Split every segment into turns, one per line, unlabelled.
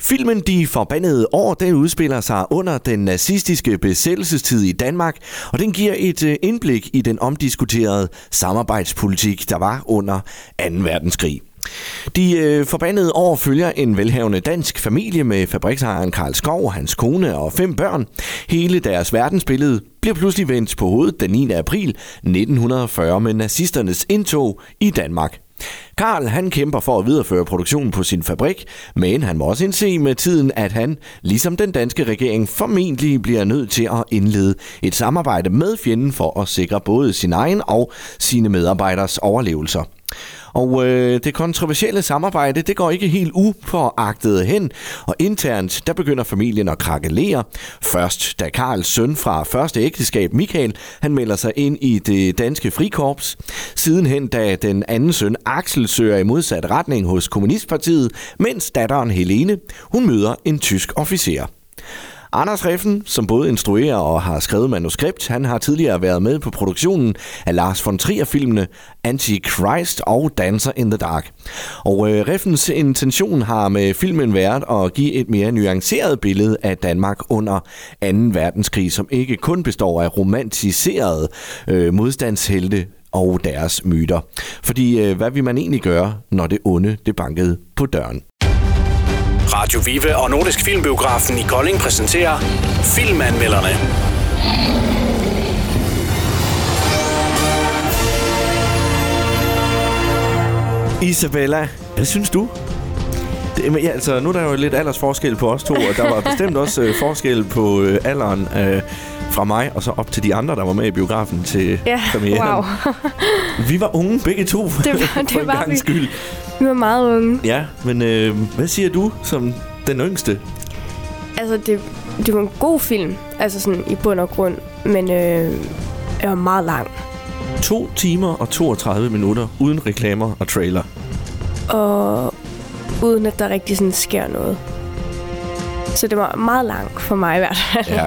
Filmen De Forbandede År, den udspiller sig under den nazistiske besættelsestid i Danmark, og den giver et øh, indblik i den omdiskuterede samarbejdspolitik, der var under 2. verdenskrig. De øh, forbandede år følger en velhavende dansk familie med fabriksejeren Karl Skov, hans kone og fem børn. Hele deres verdensbillede bliver pludselig vendt på hovedet den 9. april 1940 med nazisternes indtog i Danmark. Karl han kæmper for at videreføre produktionen på sin fabrik, men han må også indse med tiden, at han, ligesom den danske regering, formentlig bliver nødt til at indlede et samarbejde med fjenden for at sikre både sin egen og sine medarbejderes overlevelser. Og øh, det kontroversielle samarbejde, det går ikke helt upåagtet hen, og internt, der begynder familien at krakkelere. Først da Karls søn fra første ægteskab, Michael, han melder sig ind i det danske frikorps. Sidenhen, da den anden søn, Axel, søger i modsat retning hos Kommunistpartiet, mens datteren Helene, hun møder en tysk officer. Anders Reffen, som både instruerer og har skrevet manuskript, han har tidligere været med på produktionen af Lars von Trier-filmene Antichrist og Dancer in the Dark. Og øh, Reffens intention har med filmen været at give et mere nuanceret billede af Danmark under 2. verdenskrig, som ikke kun består af romantiserede øh, modstandshelte og deres myter. Fordi øh, hvad vil man egentlig gøre, når det onde det bankede på døren?
Radio Vive og Nordisk Filmbiografen i Kolding præsenterer Filmanmelderne.
Isabella, hvad synes du? Det, men, ja, altså, nu er der jo lidt aldersforskel på os to, og der var bestemt også øh, forskel på øh, alderen øh, fra mig og så op til de andre, der var med i biografen til
Ja,
premieren.
wow.
Vi var unge begge to, det
var- det
for en
var
gangs
vi.
skyld.
Vi var meget unge.
Ja, men øh, hvad siger du som den yngste?
Altså, det, det var en god film. Altså sådan i bund og grund. Men øh, jeg var meget lang.
2 timer og 32 minutter uden reklamer og trailer.
Og uden at der rigtig sådan sker noget. Så det var meget langt for mig i hvert fald.
Ja.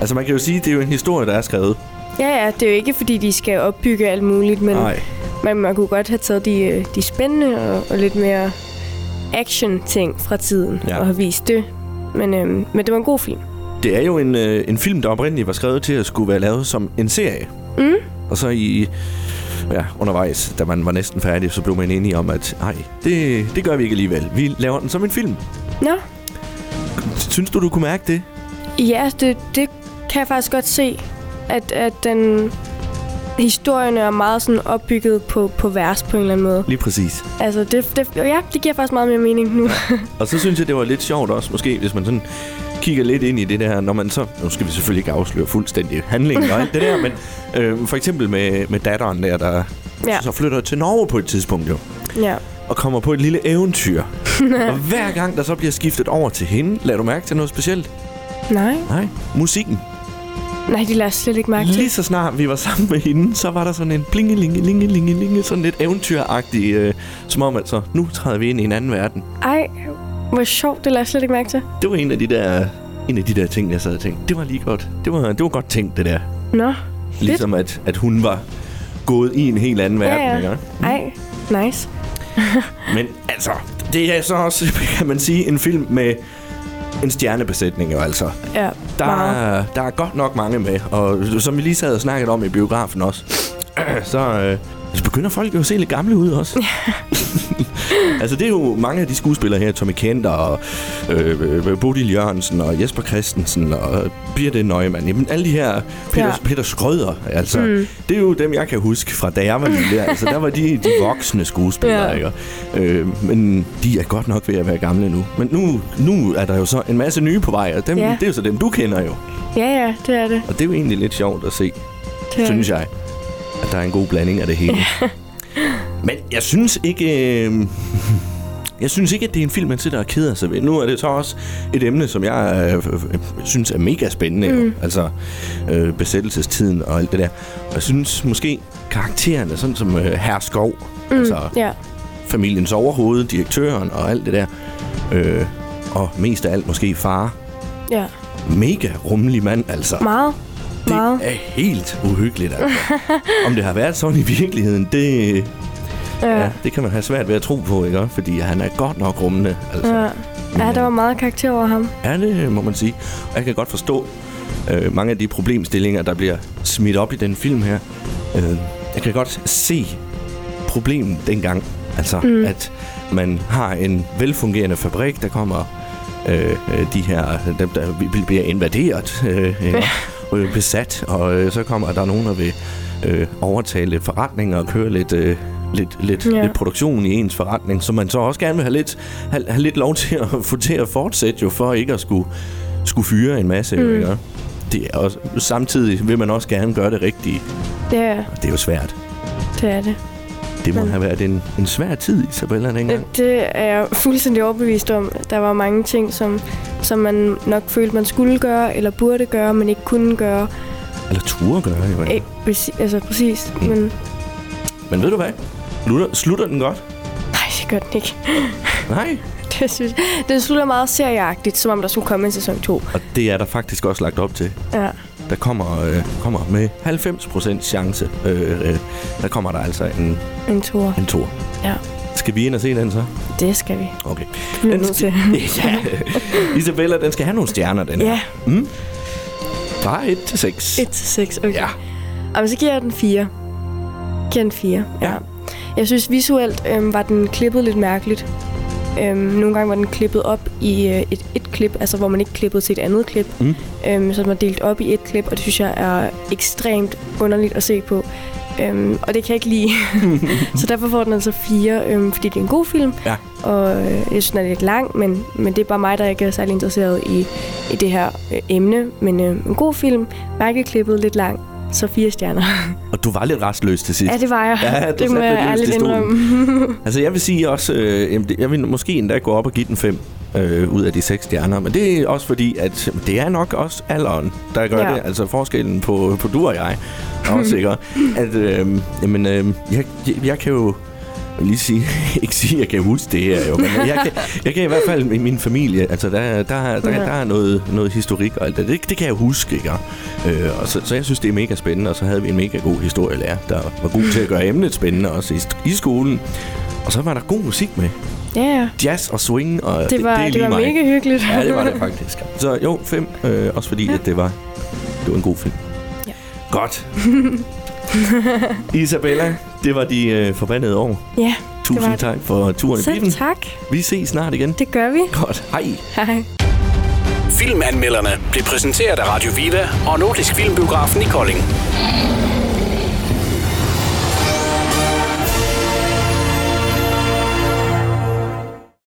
Altså man kan jo sige, det er jo en historie, der er skrevet.
Ja, ja, det er jo ikke fordi, de skal opbygge alt muligt, men
Nej.
man, man kunne godt have taget de, øh, de spændende og, og lidt mere action-ting fra tiden
Ja.
ja. og have vist det. Men, øhm, men det var en god film.
Det er jo en, øh, en film, der oprindeligt var skrevet til at skulle være lavet som en serie.
Mm.
Og så i ja, undervejs, da man var næsten færdig, så blev man enige om, at nej, det, det gør vi ikke alligevel. Vi laver den som en film.
Nå,
Synes du, du kunne mærke det?
ja, det, det kan jeg faktisk godt se, at, at den historien er meget sådan opbygget på, på vers på en eller anden måde.
Lige præcis.
Altså, det, det, ja, det giver faktisk meget mere mening nu.
Og så synes jeg, det var lidt sjovt også, måske, hvis man sådan kigger lidt ind i det der, når man så... Nu skal vi selvfølgelig ikke afsløre fuldstændig handlingen og alt det der, men øh, for eksempel med, med datteren der, der ja.
Ja.
så flytter til Norge på et tidspunkt jo.
ja.
og kommer på et lille eventyr. og hver gang der så bliver skiftet over til hende, lader du mærke til noget specielt?
Nej,
Nej, musikken.
nej, de lader jeg slet ikke mærke til.
Lige så snart vi var sammen med hende, så var der sådan en blingelinge, linge, linge, linge, sådan lidt eventyragtig, øh, som om altså, nu træder vi ind i en anden verden.
Ej, hvor sjovt, det lader jeg slet ikke mærke til.
Det var en af de der, en af de der ting, jeg sad og tænkte, det var lige godt. Det var, det var godt tænkt, det der.
Nå,
Ligesom at, at hun var gået i Mm. en helt anden verden,
ja,
ikke?
ja. Ej, nice.
Men altså, det er så også, kan man sige, en film med en stjernebesætning jo altså.
Ja,
Der
meget.
er, der er godt nok mange med, og som vi lige sad og snakkede om i biografen også, så, øh, så begynder folk jo at se lidt gamle ud også. altså det er jo mange af de skuespillere her, Tommy Kenter og øh, øh, Bodil Jørgensen og Jesper Christensen og Birte Neumann. Jamen alle de her, Peter, ja.
Ja.
Peter Skrøder, altså, mm. det er jo dem, jeg kan huske fra da jeg var lille. Altså der var de, de voksne skuespillere,
Ja.
ikke? Øh, men de er godt nok ved at være gamle nu. Men nu, nu er der jo så en masse nye på vej, og dem,
Ja.
det er jo så dem, du kender jo.
Ja, ja, det er det.
Og det er jo egentlig lidt sjovt at se,
det er
synes
det.
jeg, at der er en god blanding af det hele. Men jeg synes ikke... Øh, jeg synes ikke, at det er en film, man sidder og keder sig ved. Nu er det så også et emne, som jeg øh, øh, øh, synes er mega spændende. Mm. Altså øh, besættelsestiden og alt det der. Og jeg synes måske karaktererne, sådan som øh, Herre Skov, mm. altså
Ja,
familiens overhoved, direktøren og alt det der. Øh, og mest af alt måske far.
ja.
Mega rummelig mand, altså.
Meget.
Det
Meget.
er helt uhyggeligt, altså. Om det har været sådan i virkeligheden, det,
Øh,
Ja. ja. det kan man have svært ved at tro på, ikke? Fordi han er godt nok rummende. Altså.
Ja. ja, der var meget karakter over ham.
Ja, det må man sige. Og jeg kan godt forstå øh, mange af de problemstillinger, der bliver smidt op i den film her. Øh, jeg kan godt se problemet dengang. Altså, mm. at man har en velfungerende fabrik, der kommer øh, de her, dem der bliver invaderet, øh, ja. og øh, besat, og øh, så kommer der nogen, der vil øh, overtage lidt forretninger og køre lidt... Øh, lidt, lidt, ja. lidt produktion i ens forretning, som man så også gerne vil have lidt, have, have lidt lov til at få til at fortsætte, jo, for ikke at skulle, skulle fyre en masse. Mm. Jo, ikke? Det er også, samtidig vil man også gerne gøre det rigtige.
Ja,
Og det er jo svært.
det er det.
Det må
Men- Øhm,
have været en, en svær tid, Isabella, dengang.
Det, det er jeg fuldstændig overbevist om. Der var mange ting, som, som man nok følte, man skulle gøre, eller burde gøre, men ikke kunne gøre.
Eller turde gøre, jo.
Æ,
ikke?
præci- altså præcis, mm. men
Men ved du hvad? Slutter, slutter den godt?
nej, det gør den ikke.
Nej.
Det synes jeg. Den slutter meget serieagtigt, som om der skulle komme en sæson 2.
Og det er der faktisk også lagt op til.
Ja.
Der kommer, øh, kommer med 90% chance, øh, øh, der kommer der altså en,
En tour.
en tor.
Ja,
Skal vi ind og se den så?
det skal vi.
Okay.
Vi er nødt til.
ja. Isabella, den skal have nogle stjerner, den
Ja,
Bare 1 til 6.
1 til 6, okay.
Ja.
Jamen, så giver jeg den 4. Giver den 4, ja.
Ja.
ja. Jeg synes visuelt øhm, var den klippet lidt mærkeligt. Øhm, nogle gange var den klippet op i øh, et, et klip, altså hvor man ikke klippede til et andet klip.
Mm.
Øhm, så den var delt op i et klip, og det synes jeg er ekstremt underligt at se på. Øhm, og det kan jeg ikke lide. så derfor får den altså 4, øhm, fordi det er en god film.
Ja.
Og øh, jeg synes, den er lidt lang, men, men det er bare mig, der ikke er særlig interesseret i, i det her øh, emne. Men øh, en god film, mærkeklippet, lidt lang, så fire stjerner.
Og du var lidt restløs til sidst.
Ja, det var jeg.
Ja, du
det må
satte lidt
jeg
løst i
ærligt
stolen.
indrømme.
Altså, jeg vil sige også, øh, jamen, det- jeg vil måske endda gå op og give den 5 øh, ud af de 6 stjerner, men det er også fordi, at det er nok også alderen, der gør ja.
Ja.
det. Altså forskellen på, på du og jeg er også, ikke? At, øh, jamen, øh, jeg, jeg, jeg kan jo jeg vil lige sige, ikke sige, at jeg kan huske det her, jo, men jeg kan, jeg kan i hvert fald i min familie, altså der, der, der,
Ja.
der er noget, noget historik og alt det, det, det kan jeg huske, ikke? Øh, og så, så jeg synes, det er mega spændende, og så havde vi en mega god historielærer, der var god til at gøre emnet spændende også i, st- i skolen. Og så var der god musik med.
Ja, ja.
Jazz og swing, og
Det var,
det, er
det,
lige
det var
mig.
mega hyggeligt.
Ja, det var det faktisk. Så jo, fem, øh, også fordi, ja. at det var, det var en god film.
Ja.
Godt. Isabella, det var de øh, forbandede år.
ja, det
Tusind
var det.
tak for turen i
Selv
bilen.
tak.
Vi ses snart igen.
Det gør vi.
Godt. Hej.
Hej.
Filmanmelderne blev præsenteret af Radio Viva og Nordisk Filmbiografen i Kolding.